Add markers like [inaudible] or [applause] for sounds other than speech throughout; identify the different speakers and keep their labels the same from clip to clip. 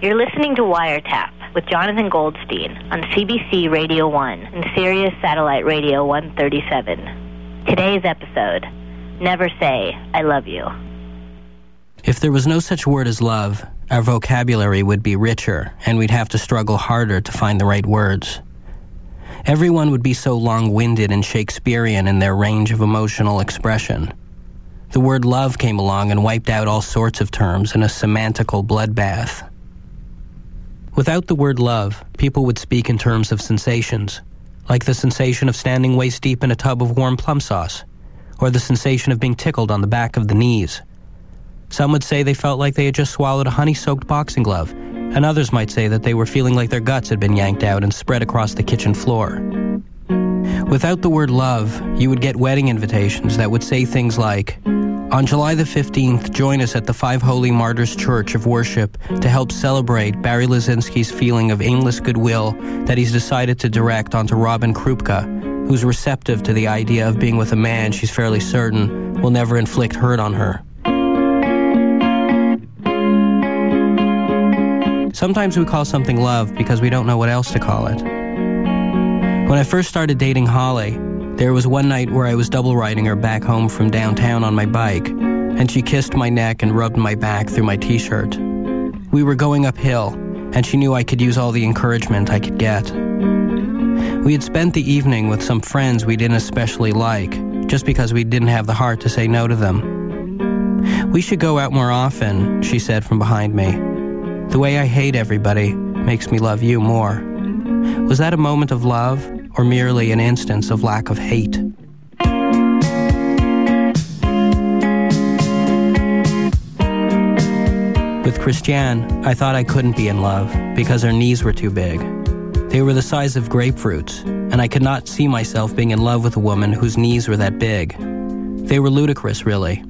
Speaker 1: You're listening to Wiretap with Jonathan Goldstein on CBC Radio 1 and Sirius Satellite Radio 137. Today's episode Never Say I Love You.
Speaker 2: If there was no such word as love, our vocabulary would be richer and we'd have to struggle harder to find the right words. Everyone would be so long winded and Shakespearean in their range of emotional expression. The word love came along and wiped out all sorts of terms in a semantical bloodbath. Without the word love, people would speak in terms of sensations, like the sensation of standing waist deep in a tub of warm plum sauce, or the sensation of being tickled on the back of the knees. Some would say they felt like they had just swallowed a honey soaked boxing glove, and others might say that they were feeling like their guts had been yanked out and spread across the kitchen floor. Without the word love, you would get wedding invitations that would say things like, on July the 15th, join us at the Five Holy Martyrs Church of Worship to help celebrate Barry Lazinski's feeling of aimless goodwill that he's decided to direct onto Robin Krupka, who's receptive to the idea of being with a man she's fairly certain will never inflict hurt on her. Sometimes we call something love because we don't know what else to call it. When I first started dating Holly, there was one night where I was double riding her back home from downtown on my bike, and she kissed my neck and rubbed my back through my t shirt. We were going uphill, and she knew I could use all the encouragement I could get. We had spent the evening with some friends we didn't especially like, just because we didn't have the heart to say no to them. We should go out more often, she said from behind me. The way I hate everybody makes me love you more. Was that a moment of love or merely an instance of lack of hate? With Christiane, I thought I couldn't be in love because her knees were too big. They were the size of grapefruits, and I could not see myself being in love with a woman whose knees were that big. They were ludicrous, really.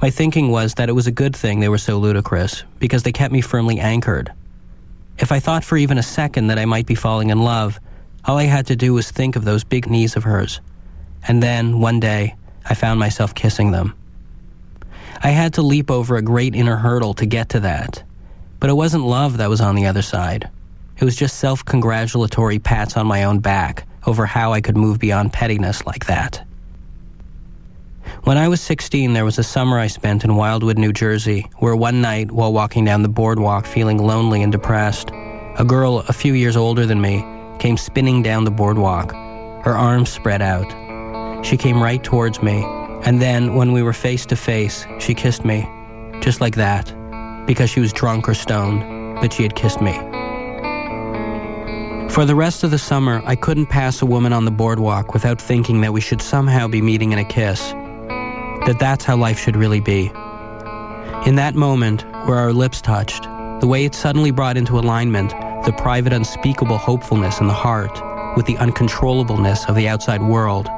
Speaker 2: My thinking was that it was a good thing they were so ludicrous because they kept me firmly anchored. If I thought for even a second that I might be falling in love, all I had to do was think of those big knees of hers. And then, one day, I found myself kissing them. I had to leap over a great inner hurdle to get to that. But it wasn't love that was on the other side. It was just self congratulatory pats on my own back over how I could move beyond pettiness like that. When I was 16, there was a summer I spent in Wildwood, New Jersey, where one night, while walking down the boardwalk feeling lonely and depressed, a girl a few years older than me came spinning down the boardwalk, her arms spread out. She came right towards me, and then, when we were face to face, she kissed me, just like that, because she was drunk or stoned, but she had kissed me. For the rest of the summer, I couldn't pass a woman on the boardwalk without thinking that we should somehow be meeting in a kiss that that's how life should really be. In that moment, where our lips touched, the way it suddenly brought into alignment the private, unspeakable hopefulness in the heart with the uncontrollableness of the outside world,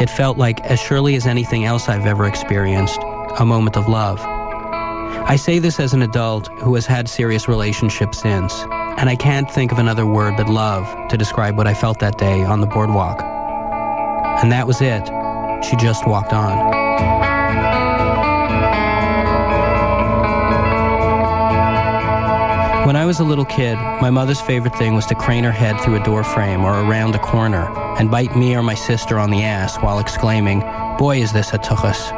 Speaker 2: it felt like, as surely as anything else I've ever experienced, a moment of love. I say this as an adult who has had serious relationships since, and I can't think of another word but love to describe what I felt that day on the boardwalk. And that was it. She just walked on. When I was a little kid, my mother's favorite thing was to crane her head through a doorframe or around a corner and bite me or my sister on the ass while exclaiming, Boy, is this a tuchus.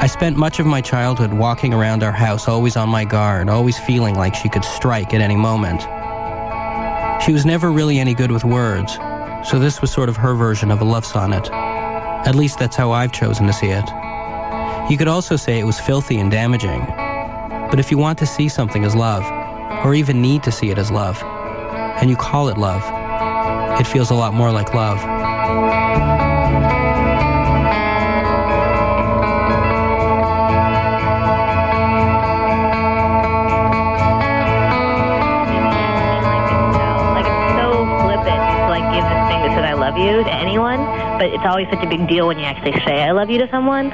Speaker 2: I spent much of my childhood walking around our house, always on my guard, always feeling like she could strike at any moment. She was never really any good with words, so this was sort of her version of a love sonnet. At least that's how I've chosen to see it. You could also say it was filthy and damaging. But if you want to see something as love, or even need to see it as love, and you call it love, it feels a lot more like love.
Speaker 1: Like, it's so flippant to like give this thing that said I love you to anyone, but it's always such a big deal when you actually say I love you to someone.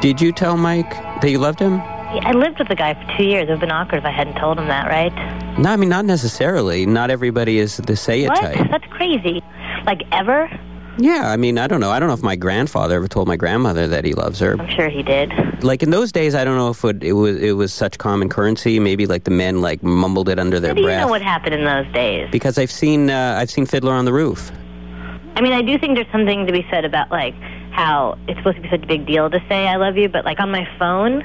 Speaker 3: Did you tell Mike that you loved him?
Speaker 1: Yeah, I lived with the guy for two years. It would have been awkward if I hadn't told him that, right?
Speaker 3: No, I mean not necessarily. Not everybody is the say it
Speaker 1: What?
Speaker 3: type.
Speaker 1: That's crazy. Like ever?
Speaker 2: Yeah, I mean, I don't know. I don't know if my grandfather ever told my grandmother that he loves her.
Speaker 1: I'm sure he did.
Speaker 2: Like in those days, I don't know if it, it was it was such common currency. Maybe like the men like mumbled it under
Speaker 1: How
Speaker 2: their
Speaker 1: do you
Speaker 2: breath.
Speaker 1: know what happened in those days?
Speaker 2: because I've seen uh, I've seen Fiddler on the Roof.
Speaker 1: I mean, I do think there's something to be said about like how it's supposed to be such a big deal to say I love you, but like on my phone,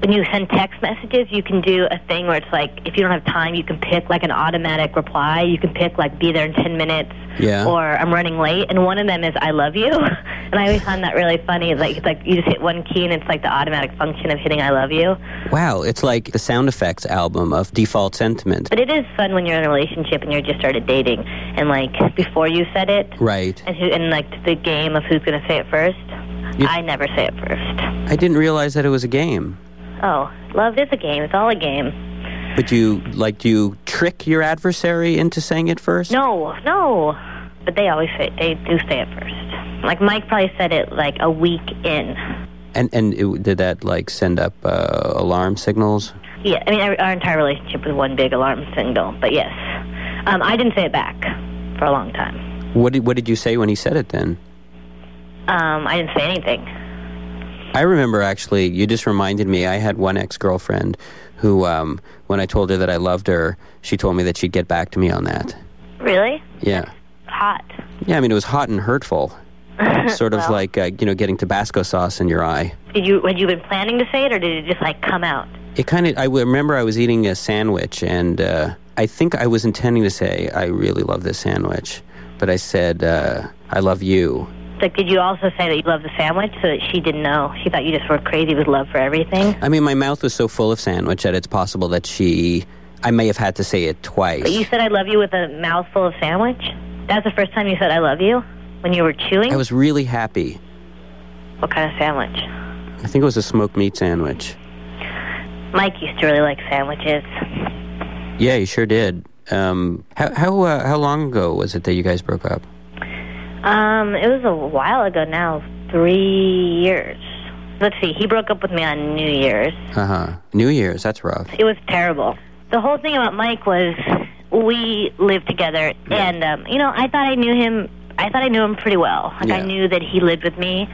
Speaker 1: when you send text messages, you can do a thing where it's like if you don't have time, you can pick like an automatic reply. You can pick like be there in 10 minutes
Speaker 2: Yeah.
Speaker 1: or I'm running late, and one of them is I love you, [laughs] and I always find that really funny. Like it's like you just hit one key and it's like the automatic function of hitting I love you.
Speaker 2: Wow, it's like the sound effects album of Default Sentiment.
Speaker 1: But it is fun when you're in a relationship and you're just started dating, and like before you said it,
Speaker 2: Right.
Speaker 1: And who and like the game of who's gonna say it first?
Speaker 2: You-
Speaker 1: I never say it first.
Speaker 2: I didn't realize that it was a game.
Speaker 1: Oh, love is a game. It's all a game.
Speaker 2: But you like do you trick your adversary into saying it first?
Speaker 1: No, no. But they always say they do say it first. Like Mike probably said it like a week in.
Speaker 2: And and it, did that like send up uh, alarm signals?
Speaker 1: Yeah, I mean our, our entire relationship was one big alarm signal. But yes, um, I didn't say it back for a long time.
Speaker 2: What did what did you say when he said it then?
Speaker 1: Um, I didn't say anything.
Speaker 2: I remember actually, you just reminded me. I had one ex girlfriend who, um, when I told her that I loved her, she told me that she'd get back to me on that.
Speaker 1: Really
Speaker 2: Yeah.
Speaker 1: hot.
Speaker 2: Yeah, I mean, it was hot and hurtful. Sort
Speaker 1: [laughs]
Speaker 2: of
Speaker 1: Well.
Speaker 2: like, uh, you know, getting Tabasco sauce in your eye.
Speaker 1: Did you had you been planning to say it or did it just like come out?
Speaker 2: It kind of, I w- remember I was eating a sandwich and uh, I think I was intending to say, I really love this sandwich. But I said, uh, I love you.
Speaker 1: Like, did you also say that you love the sandwich so that she didn't know? She thought you just were crazy with love for everything.
Speaker 2: I mean, my mouth was so full of sandwich that it's possible that she, I may have had to say it twice.
Speaker 1: But you said I love you with a mouthful of sandwich? That's the first time you said I love you? When you were chewing?
Speaker 2: I was really happy.
Speaker 1: what kind of sandwich?
Speaker 2: I think it was a smoked meat sandwich.
Speaker 1: Mike used to really like sandwiches.
Speaker 2: Yeah, you sure did. Um, how how uh, how long ago was it that you guys broke up?
Speaker 1: Um, it was a while ago now, three years. Let's see, he broke up with me on New Year's.
Speaker 2: Uh huh. New Year's. That's rough.
Speaker 1: It was terrible. The whole thing about Mike was we lived together, and um, you know, I thought I knew him. I thought I knew him pretty well. Like I
Speaker 2: Yeah.
Speaker 1: knew that he lived with me,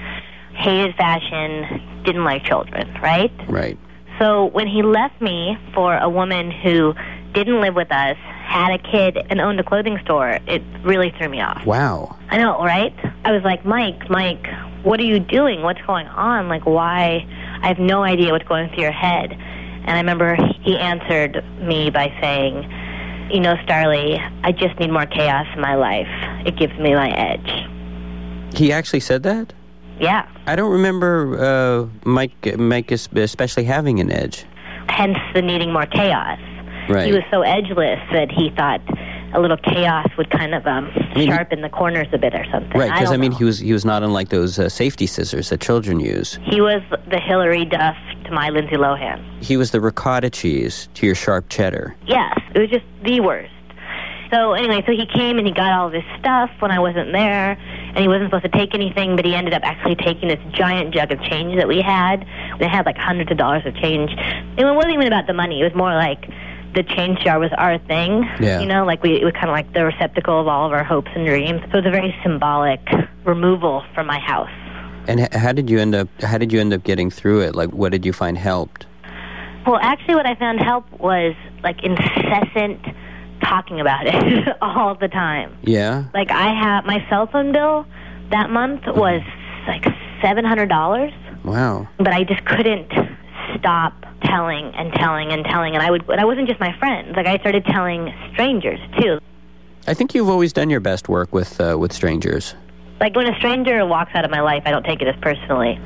Speaker 1: hated fashion, didn't like children, right?
Speaker 2: Right.
Speaker 1: So when he left me for a woman who didn't live with us, had a kid, and owned a clothing store, it really threw me off.
Speaker 2: Wow.
Speaker 1: I know, right? I was like, Mike, Mike, what are you doing? What's going on? Like, why? I have no idea what's going through your head. And I remember he answered me by saying, You know, Starly, I just need more chaos in my life. It gives me my edge.
Speaker 2: He actually said that.
Speaker 1: Yeah.
Speaker 2: I don't remember uh, Mike Mike es- especially having an edge.
Speaker 1: Hence the needing more chaos.
Speaker 2: Right.
Speaker 1: He was so edgeless that he thought a little chaos would kind of um,
Speaker 2: mean, he-
Speaker 1: sharpen the corners a bit or something.
Speaker 2: Right, because
Speaker 1: don't
Speaker 2: I, mean,
Speaker 1: know.
Speaker 2: he was he was not unlike those uh, safety scissors that children use.
Speaker 1: he was the Hillary Duff to my Lindsay Lohan.
Speaker 2: He was the ricotta cheese to your sharp cheddar.
Speaker 1: Yes, it was just the worst. So anyway, so he came and he got all this stuff when I wasn't there, and he wasn't supposed to take anything, but he ended up actually taking this giant jug of change that we had. They had like hundreds of dollars of change, and it wasn't even about the money. It was more like the change jar was our thing.
Speaker 2: Yeah.
Speaker 1: You know, like we it was kind of like the receptacle of all of our hopes and dreams. So it was a very symbolic removal from my house.
Speaker 2: And h- how did you end up? How did you end up getting through it? Like, what did you find helped?
Speaker 1: Well, actually, what I found help was like incessant talking about it [laughs] all the time.
Speaker 2: Yeah.
Speaker 1: Like I have my cell phone bill that month was like seven hundred dollars,
Speaker 2: Wow.
Speaker 1: but I just couldn't stop telling and telling and telling, and I would. And I wasn't just my friends. Like I started telling strangers too.
Speaker 2: I think you've always done your best work with uh, with strangers.
Speaker 1: Like when a stranger walks out of my life, I don't take it as personally.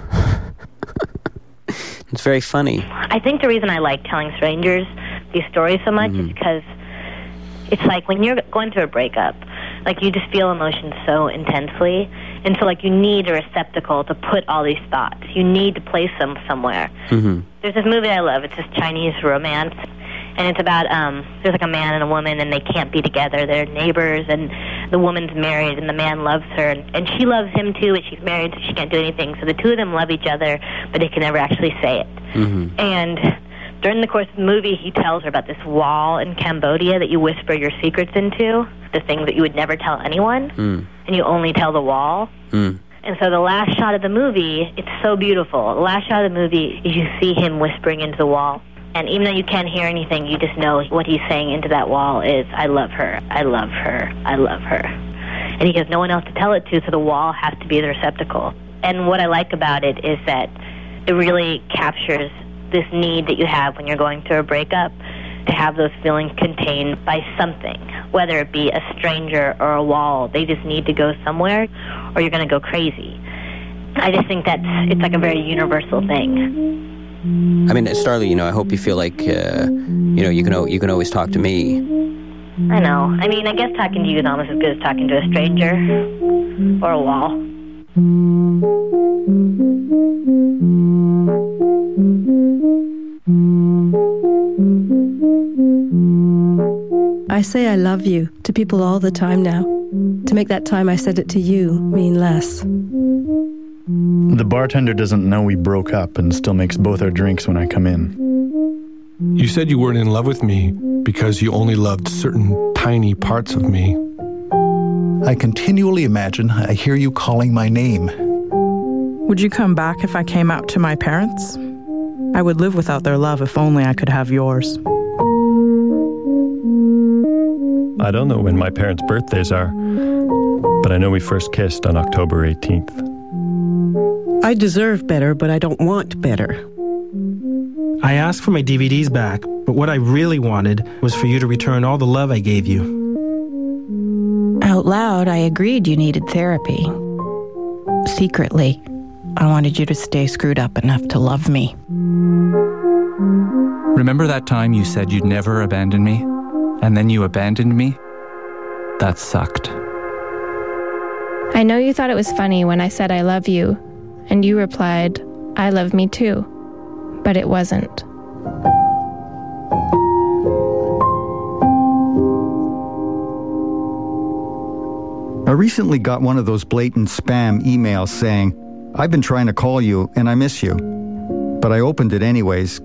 Speaker 2: It's very funny.
Speaker 1: I think the reason I like telling strangers these stories so much is because it's like when you're going through a breakup, like you just feel emotions so intensely. And so, like, you need a receptacle to put all these thoughts. You need to place them somewhere.
Speaker 2: hmm
Speaker 1: There's this movie I love. It's this Chinese romance, and it's about um, there's like a man and a woman, and they can't be together. They're neighbors, and the woman's married, and the man loves her, and, and she loves him too, and she's married, so she can't do anything. So the two of them love each other, but they can never actually say it.
Speaker 2: hmm
Speaker 1: And During the course of the movie, he tells her about this wall in Cambodia that you whisper your secrets into, the thing that you would never tell anyone, and you only tell the wall.
Speaker 2: Mm-hmm. Mm.
Speaker 1: And so the last shot of the movie, it's so beautiful. The last shot of the movie is you see him whispering into the wall. And even though you can't hear anything, you just know what he's saying into that wall is, I love her, I love her, I love her. And he has no one else to tell it to, so the wall has to be the receptacle. And what I like about it is that it really captures this need that you have when you're going through a breakup to have those feelings contained by something, whether it be a stranger or a wall. They just need to go somewhere or you're going to go crazy. I just think that's it's like a very universal thing.
Speaker 2: I mean, Starly, you know, I hope you feel like, uh, you know, you can o- you can always talk to me.
Speaker 1: I know. I mean, I guess talking to you is almost as good as talking to a stranger or a wall.
Speaker 4: I say I love you to people all the time now. To make that time I said it to you mean less.
Speaker 5: The bartender doesn't know we broke up and still makes both our drinks when I come in.
Speaker 6: You said you weren't in love with me because you only loved certain tiny parts of me.
Speaker 7: I continually imagine I hear you calling my name.
Speaker 8: Would you come back if I came out to my parents? I would live without their love if only I could have yours.
Speaker 9: I don't know when my parents' birthdays are, but I know we first kissed on October 18th.
Speaker 10: I deserve better, but I don't want better.
Speaker 11: I asked for my DVDs back, but what I really wanted was for you to return all the love I gave you.
Speaker 12: Out loud, I agreed you needed therapy. Secretly, I wanted you to stay screwed up enough to love me.
Speaker 13: Remember that time you said you'd never abandon me? And then you abandoned me? That sucked.
Speaker 14: I know you thought it was funny when I said I love you, and you replied, I love me too. But it wasn't.
Speaker 7: I recently got one of those blatant spam emails saying, I've been trying to call you and I miss you. But I opened it anyways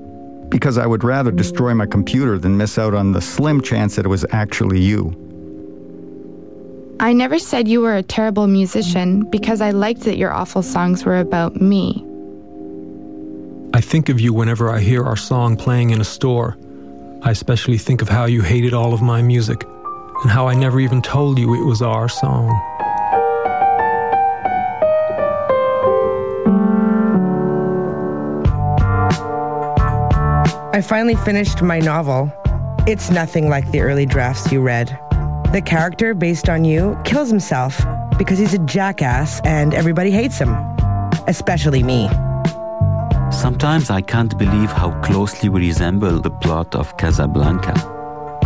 Speaker 7: because I would rather destroy my computer than miss out on the slim chance that it was actually you.
Speaker 15: I never said you were a terrible musician because I liked that your awful songs were about me.
Speaker 6: I think of you whenever I hear our song playing in a store. I especially think of how you hated all of my music and how I never even told you it was our song.
Speaker 10: I finally finished my novel. It's nothing like the early drafts you read. The character based on you kills himself because he's a jackass and everybody hates him, especially me.
Speaker 16: Sometimes I can't believe how closely we resemble the plot of Casablanca,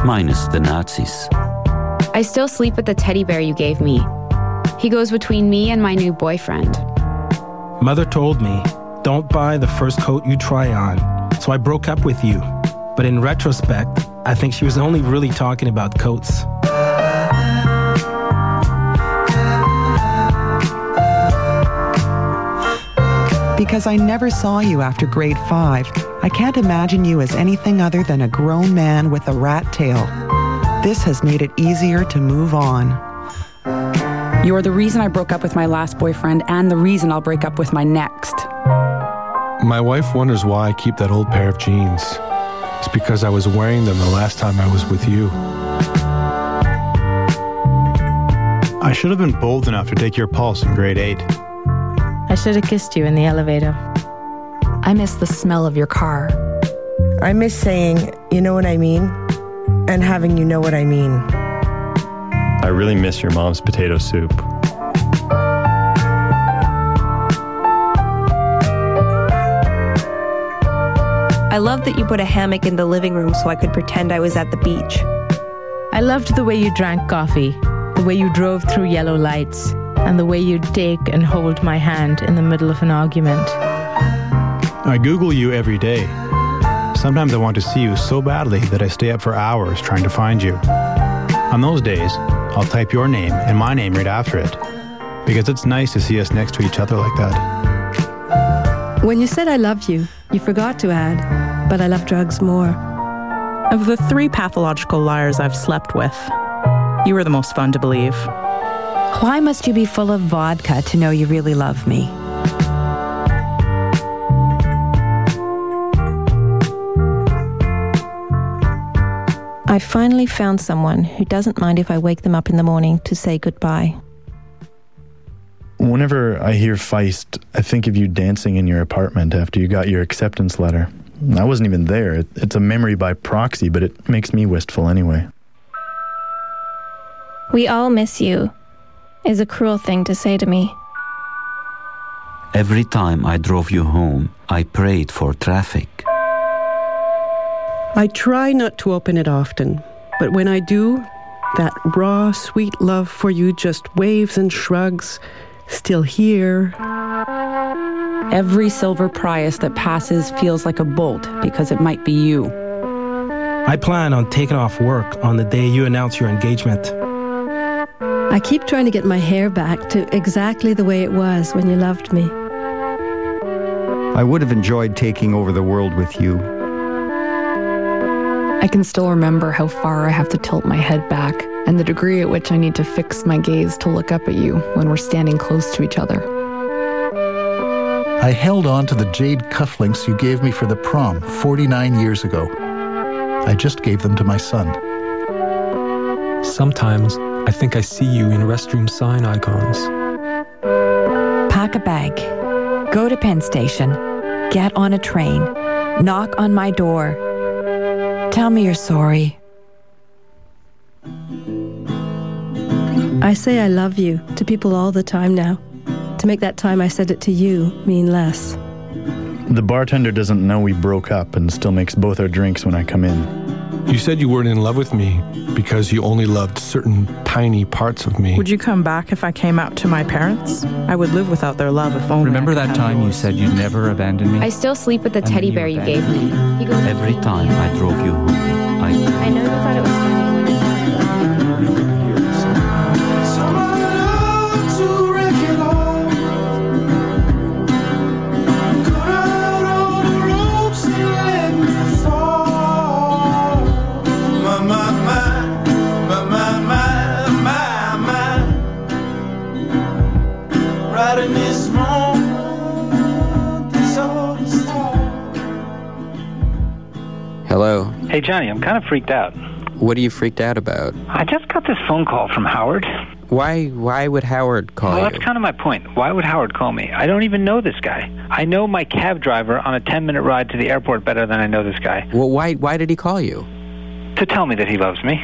Speaker 16: minus the Nazis.
Speaker 17: I still sleep with the teddy bear you gave me. He goes between me and my new boyfriend.
Speaker 11: Mother told me, don't buy the first coat you try on. So I broke up with you. But in retrospect, I think she was only really talking about coats.
Speaker 18: Because I never saw you after grade five, I can't imagine you as anything other than a grown man with a rat tail. This has made it easier to move on.
Speaker 19: You're the reason I broke up with my last boyfriend and the reason I'll break up with my next.
Speaker 6: My wife wonders why I keep that old pair of jeans. It's because I was wearing them the last time I was with you.
Speaker 5: I should have been bold enough to take your pulse in grade 8.
Speaker 20: I should have kissed you in the elevator. I miss the smell of your car.
Speaker 10: I miss saying, you know what I mean, and having you know what I mean.
Speaker 9: I really miss your mom's potato soup.
Speaker 21: I love that you put a hammock in the living room so I could pretend I was at the beach.
Speaker 20: I loved the way you drank coffee, the way you drove through yellow lights, and the way you'd take and hold my hand in the middle of an argument.
Speaker 5: I Google you every day. Sometimes I want to see you so badly that I stay up for hours trying to find you. On those days, I'll type your name and my name right after it, because it's nice to see us next to each other like that.
Speaker 4: When you said I love you, you forgot to add, but I love drugs more.
Speaker 8: Of the three pathological liars I've slept with, you were the most fun to believe.
Speaker 22: Why must you be full of vodka to know you really love me?
Speaker 23: I finally found someone who doesn't mind if I wake them up in the morning to say goodbye.
Speaker 24: Whenever I hear Feist, I think of you dancing in your apartment after you got your acceptance letter. I wasn't even there. It, it's a memory by proxy, but it makes me wistful anyway.
Speaker 14: We all miss you, is a cruel thing to say to me.
Speaker 16: Every time I drove you home, I prayed for traffic.
Speaker 25: I try not to open it often, but when I do, that raw, sweet love for you just waves and shrugs, still here.
Speaker 19: Every silver prize that passes feels like a bolt because it might be you.
Speaker 11: I plan on taking off work on the day you announce your engagement.
Speaker 4: I keep trying to get my hair back to exactly the way it was when you loved me.
Speaker 7: I would have enjoyed taking over the world with you.
Speaker 26: I can still remember how far I have to tilt my head back and the degree at which I need to fix my gaze to look up at you when we're standing close to each other.
Speaker 27: I held on to the jade cufflinks you gave me for the prom 49 years ago. I just gave them to my son.
Speaker 6: Sometimes I think I see you in restroom sign icons.
Speaker 22: Pack a bag, go to Penn Station, get on a train, knock on my door. Tell me you're sorry.
Speaker 4: I say I love you to people all the time now. To make that time I said it to you mean less.
Speaker 24: The bartender doesn't know we broke up and still makes both our drinks when I come in.
Speaker 6: You said you weren't in love with me because you only loved certain tiny parts of me.
Speaker 8: Would you come back if I came out to my parents? I would live without their love if only.
Speaker 13: Remember that time you said you'd never abandon me?
Speaker 17: I still sleep with the teddy bear you gave me. He goes,
Speaker 16: Every time I drove you home, I
Speaker 17: I know you thought it was funny when
Speaker 2: Hello.
Speaker 28: Hey, Johnny, I'm kind of freaked out.
Speaker 2: What are you freaked out about?
Speaker 28: I just got this phone call from Howard.
Speaker 2: Why? Why would Howard call
Speaker 28: well,
Speaker 2: you?
Speaker 28: that's kind of my point. Why would Howard call me? I don't even know this guy. I know my cab driver on a 10 minute ride to the airport better than I know this guy.
Speaker 2: Well, why? Why did he call you?
Speaker 28: To tell me that he loves me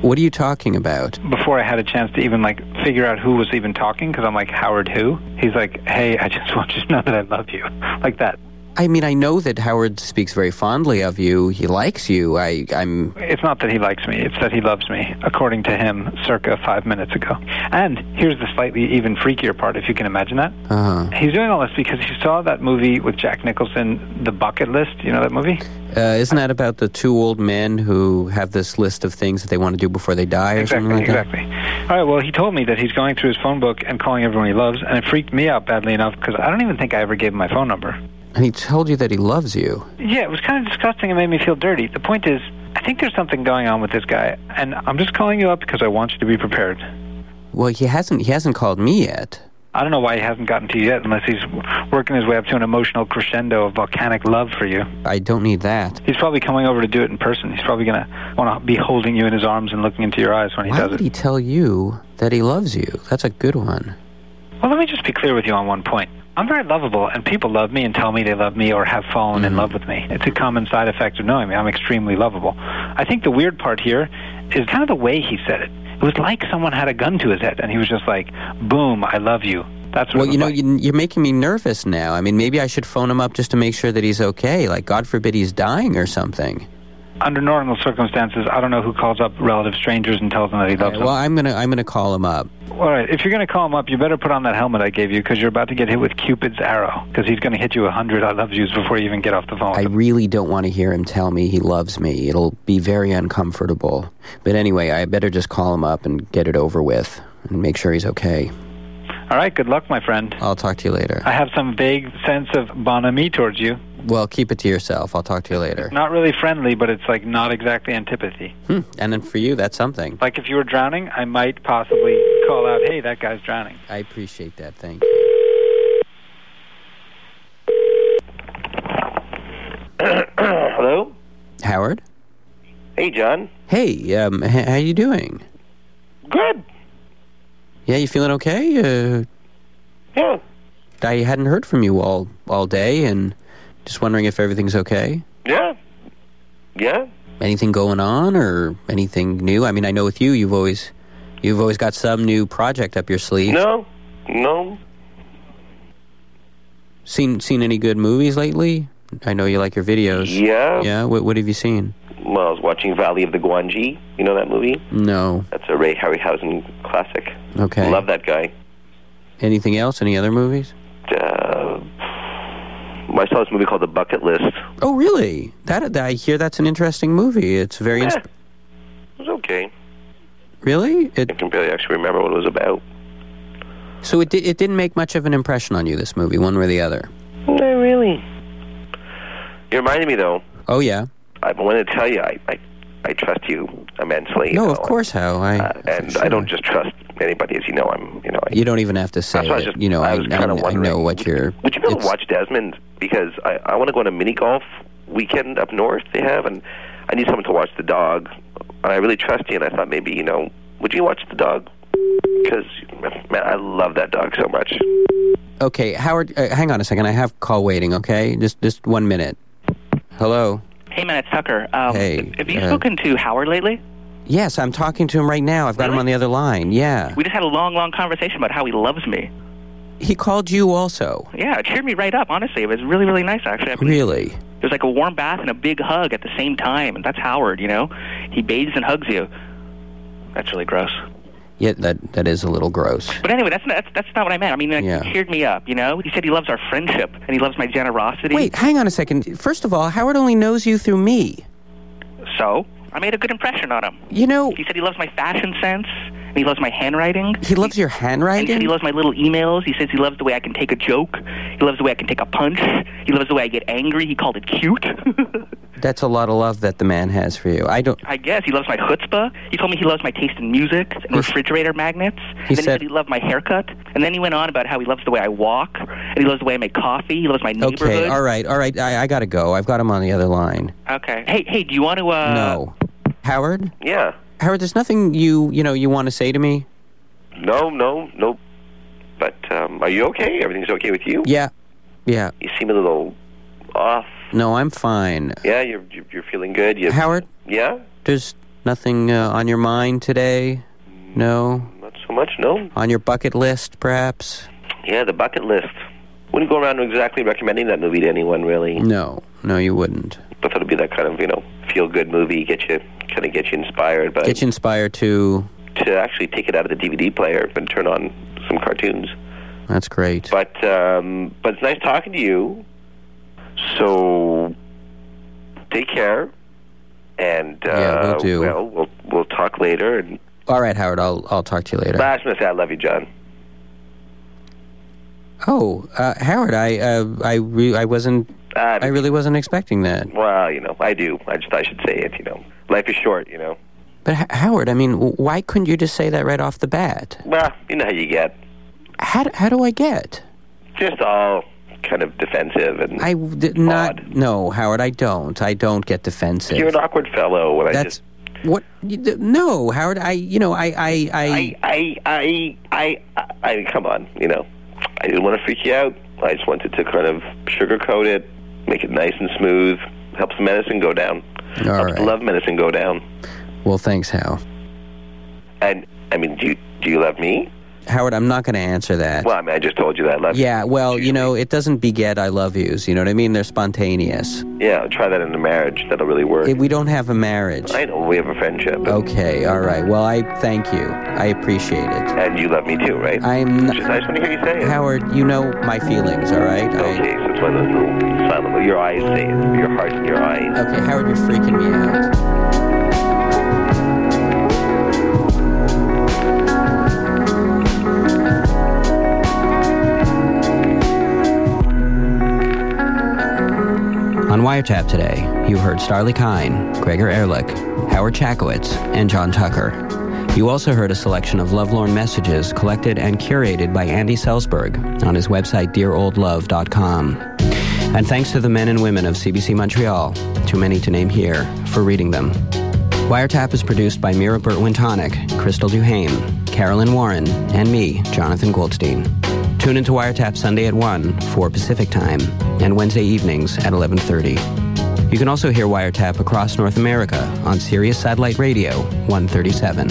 Speaker 2: What are you talking about?
Speaker 28: before I had a chance to even like figure out who was even talking because I'm like, Howard, who? He's like, hey, I just [laughs] want you to know that I love you. [laughs] Like that.
Speaker 2: I mean, I know that Howard speaks very fondly of you. He likes you. I, I'm.
Speaker 28: It's not that he likes me, it's that he loves me, according to him, circa five minutes ago. And here's the slightly even freakier part, if you can imagine that.
Speaker 2: Uh huh.
Speaker 28: He's doing all this because he saw that movie with Jack Nicholson, The Bucket List. You know that movie?
Speaker 2: Uh, isn't that about the two old men who have this list of things that they want to do before they die or something like that?
Speaker 28: exactly. All right, well, he told me that he's going through his phone book and calling everyone he loves, and it freaked me out badly enough because I don't even think I ever gave him my phone number.
Speaker 2: And he told you that he loves you.
Speaker 28: Yeah, it was kind of disgusting and made me feel dirty. The point is, I think there's something going on with this guy, and I'm just calling you up because I want you to be prepared.
Speaker 2: Well, he hasn't. He hasn't called me yet.
Speaker 28: I don't know why he hasn't gotten to you yet, unless he's working his way up to an emotional crescendo of volcanic love for you.
Speaker 2: I don't need that.
Speaker 28: He's probably coming over to do it in person. He's probably going to want to be holding you in his arms and looking into your eyes when he
Speaker 2: Why
Speaker 28: does
Speaker 2: would
Speaker 28: it.
Speaker 2: he tell you that he loves you? That's a good one.
Speaker 28: Well, let me just be clear with you on one point. I'm very lovable, and people love me and tell me they love me or have fallen in
Speaker 2: Mm-hmm.
Speaker 28: love with me. It's a common side effect of knowing me. I'm extremely lovable. I think the weird part here is kind of the way he said it. It was like someone had a gun to his head, and he was just like, boom, I love you. That's what
Speaker 2: Well,
Speaker 28: it
Speaker 2: you know,
Speaker 28: was
Speaker 2: you, you're making me nervous now. I mean, maybe I should phone him up just to make sure that he's okay. Like, God forbid he's dying or something.
Speaker 28: like. Under normal circumstances, I don't know who calls up relative strangers and tells them that he loves
Speaker 2: Well, I'm gonna I'm gonna call him up.
Speaker 28: them. All right, if you're going to call him up, you better put on that helmet I gave you because you're about to get hit with Cupid's arrow because he's going to hit you a hundred I love yous before you even get off the phone.
Speaker 2: I really don't want to hear him tell me he loves me. It'll be very uncomfortable. But anyway, I better just call him up and get it over with and make sure he's okay.
Speaker 28: All right, good luck, my friend.
Speaker 2: I'll talk to you later.
Speaker 28: I have some vague sense of bonhomie towards you.
Speaker 2: well, keep it to yourself. I'll talk to you later.
Speaker 29: Not really friendly, but it's like not exactly antipathy.
Speaker 2: Hmm. And then for you, that's something.
Speaker 29: Like if you were drowning, I might possibly call out, "Hey, that guy's drowning."
Speaker 2: I appreciate that. Thank you.
Speaker 28: [coughs] Hello?
Speaker 2: Howard?
Speaker 28: Hey, John.
Speaker 2: Hey, um, h- how you doing?
Speaker 28: Good.
Speaker 2: Yeah, you feeling okay? Uh,
Speaker 28: yeah.
Speaker 2: I hadn't heard from you all all day, and just wondering if everything's okay.
Speaker 28: Yeah. Yeah.
Speaker 2: Anything going on, or anything new? I mean, I know with you, you've always you've always got some new project up your sleeve.
Speaker 28: No. No.
Speaker 2: Seen seen any good movies lately? I know you like your videos.
Speaker 28: Yeah.
Speaker 2: Yeah. What what have you seen?
Speaker 28: Well, I was watching Valley of the Guanji. You know that movie?
Speaker 2: No.
Speaker 28: That's a Ray Harryhausen classic.
Speaker 2: Okay.
Speaker 28: Love that guy.
Speaker 2: Anything else? Any other movies?
Speaker 28: Uh, I saw this movie called The Bucket List.
Speaker 2: Oh, really? That I hear that's an interesting movie. It's very ins-
Speaker 28: It was okay.
Speaker 2: really. It
Speaker 28: I can barely actually remember what it was about.
Speaker 2: so it di- it didn't make much of an impression on you. This movie, one way or the other.
Speaker 28: Not really. You reminded me, though.
Speaker 2: Oh yeah.
Speaker 28: I wanted to tell you, I, I, I trust you immensely.
Speaker 2: No, of course. How I
Speaker 28: Uh, and I don't just trust anybody, as you know. I'm, you know,
Speaker 2: [laughs]
Speaker 28: I,
Speaker 2: you don't even have to say
Speaker 28: That's what I was
Speaker 2: it.
Speaker 28: just-
Speaker 2: you know,
Speaker 28: I
Speaker 2: I,
Speaker 28: was
Speaker 2: I,
Speaker 28: kinda
Speaker 2: I know what you're.
Speaker 28: Would you be able to watch Desmond? Because I, I want to go on a mini golf weekend up north they have, and I need someone to watch the dog. And I really trust you, and I thought maybe, you know, would you watch the dog? Because, man, I love that dog so much.
Speaker 2: Okay, Howard, uh, hang on a second. I have call waiting. Okay, just just one minute. Hello.
Speaker 30: Hey, man, it's Tucker. Um,
Speaker 2: Hey,
Speaker 30: Have you
Speaker 2: uh,
Speaker 30: spoken to Howard lately?
Speaker 2: Yes, I'm talking to him right now. I've got him on the other line. Yeah.
Speaker 30: We just had a long, long conversation about how he loves me.
Speaker 2: He called you also.
Speaker 30: Yeah, it cheered me right up, honestly. It was really, really nice, actually. I mean,
Speaker 2: Really?
Speaker 30: It was like a warm bath and a big hug at the same time, and that's Howard, you know? He bathes and hugs you. That's really gross.
Speaker 2: Yeah, that that is a little gross.
Speaker 30: But anyway, that's not, that's, that's not what I meant. I mean, like,
Speaker 2: Yeah.
Speaker 30: he cheered me up, you know? He said he loves our friendship, and he loves my generosity.
Speaker 2: Wait, hang on a second. First of all, Howard only knows you through me.
Speaker 30: So? I made a good impression on him.
Speaker 2: You know,
Speaker 30: He said he loves my fashion sense, and he loves my handwriting.
Speaker 2: he loves your
Speaker 30: And he said he
Speaker 2: handwriting.
Speaker 30: loves my little emails. He says he loves the way I can take a joke. He loves the way I can take a punch. He loves the way I get angry. He called it cute. [laughs]
Speaker 2: That's a lot of love that the man has for you. I don't.
Speaker 30: I guess he loves my chutzpah. He told me he loves my taste in music and refrigerator magnets. and
Speaker 2: he
Speaker 30: then he
Speaker 2: said-
Speaker 30: said he loved my haircut. And then he went on about how he loves the way I walk. And he loves the way I make coffee. He loves my neighborhood.
Speaker 2: Okay, all right, all right. I, I gotta go. I've got him on the other line.
Speaker 30: Okay. Hey, hey, do you want to? Uh,
Speaker 2: no, Howard.
Speaker 28: Yeah.
Speaker 2: Howard, there's nothing you you know you want to say to me.
Speaker 28: No, no, no. But um, are you okay? Everything's okay with you?
Speaker 2: Yeah, yeah.
Speaker 28: You seem a little off.
Speaker 2: No, I'm fine.
Speaker 28: Yeah, you're you're- you're feeling good. You,
Speaker 2: Howard,
Speaker 28: Yeah,
Speaker 2: there's nothing uh, on your mind today. No,
Speaker 28: not so much. No.
Speaker 2: on your bucket list, perhaps.
Speaker 28: Yeah, the bucket list. Wouldn't go around exactly recommending that movie to anyone, really.
Speaker 2: No, no, you wouldn't.
Speaker 28: But that'll be that kind of you know feel good movie, get you kind of get you inspired. But
Speaker 2: Get you inspired to.
Speaker 28: to actually take it out of the DVD player and turn on some cartoons.
Speaker 2: That's great.
Speaker 28: But um, but it's nice talking to you. So take care, and uh,
Speaker 2: Yeah, will do.
Speaker 28: Well, we'll we'll talk later. And
Speaker 2: All right, Howard. I'll I'll talk to you later.
Speaker 28: last, I'm gonna say I love you, John.
Speaker 2: Oh, uh, Howard, I uh, I re- I wasn't I really wasn't expecting that.
Speaker 28: Um, Well, you know, I do. I just I should say it. You know, life is short. You know.
Speaker 2: But H- Howard, I mean, w- why couldn't you just say that right off the bat?
Speaker 28: Well, you know how you get.
Speaker 2: How d- how do I get?
Speaker 28: Just all kind of defensive and
Speaker 2: I w- did not. No, Howard, I don't. I don't get defensive.
Speaker 28: you're an awkward fellow. When I just
Speaker 2: What? you d- No, Howard. I. You know. I. I. I.
Speaker 28: I I I I, I mean, come on, you know, I didn't want to freak you out. I just wanted to kind of sugarcoat it, make it nice and smooth. Helps the medicine go down.
Speaker 2: all
Speaker 28: Helps the
Speaker 2: right.
Speaker 28: love medicine go down.
Speaker 2: Well, thanks, Hal.
Speaker 28: And I mean, do you do you love me?
Speaker 2: Howard, I'm not going to answer that.
Speaker 28: Well, I mean, I just told you that I love
Speaker 2: yeah. Well, you know, it doesn't beget "I love yous." You know what I mean? They're spontaneous.
Speaker 28: you. Yeah, try that in a marriage. That'll really work.
Speaker 2: It- Oh. we don't have a marriage.
Speaker 28: I know we have a friendship,
Speaker 2: Okay. All right. Well, I thank you. I appreciate it.
Speaker 28: and you love me too, right?
Speaker 2: I'm.
Speaker 28: Just- I just want to hear you say it.
Speaker 2: Howard, you know my feelings. All right. I-
Speaker 28: Okay, so it's one of those little silent. Your eyes say it. Your heart and your eyes.
Speaker 2: Okay, Howard, you're freaking me out. Wiretap today, you heard Starley Kine, Gregor Ehrlich, Howard Chakowitz, and John Tucker. You also heard a selection of lovelorn messages collected and curated by Andy Selsberg on his website dearoldlove.com. And thanks to the men and women of CBC Montreal, too many to name here, for reading them. Wiretap is produced by Mira Bertwin-Tonic, Crystal Duhame, Carolyn Warren, and me, Jonathan Goldstein. Tune into Wiretap Sunday at 1 for Pacific Time and Wednesday evenings at 11.30. You can also hear Wiretap across North America on Sirius Satellite Radio 137.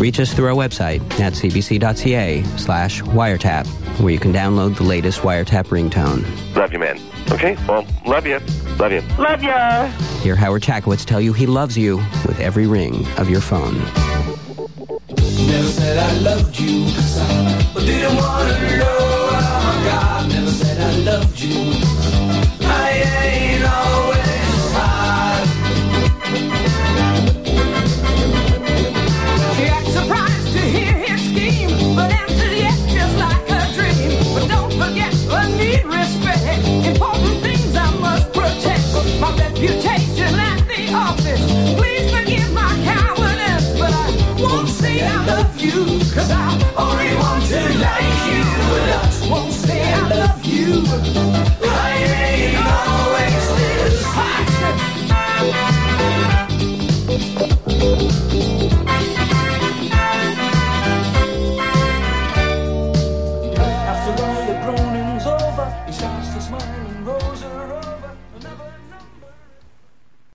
Speaker 2: Reach us through our website at cbc.ca slash wiretap, where you can download the latest Wiretap ringtone.
Speaker 1: Love you, man. Okay? Well, love you. Love you.
Speaker 5: Love ya.
Speaker 2: Hear Howard Chakowitz tell you he loves you with every ring of your phone.
Speaker 10: Never said I loved you, but didn't wanna know. Oh my God, never said I loved you. I ain't always high.
Speaker 5: He acts surprised to hear his scheme, but answers yes just like a dream. But don't forget, I need respect. Important things I must protect. My reputation at the office. Please forgive my cowardice, but I won't say I love you, cause I only want to love.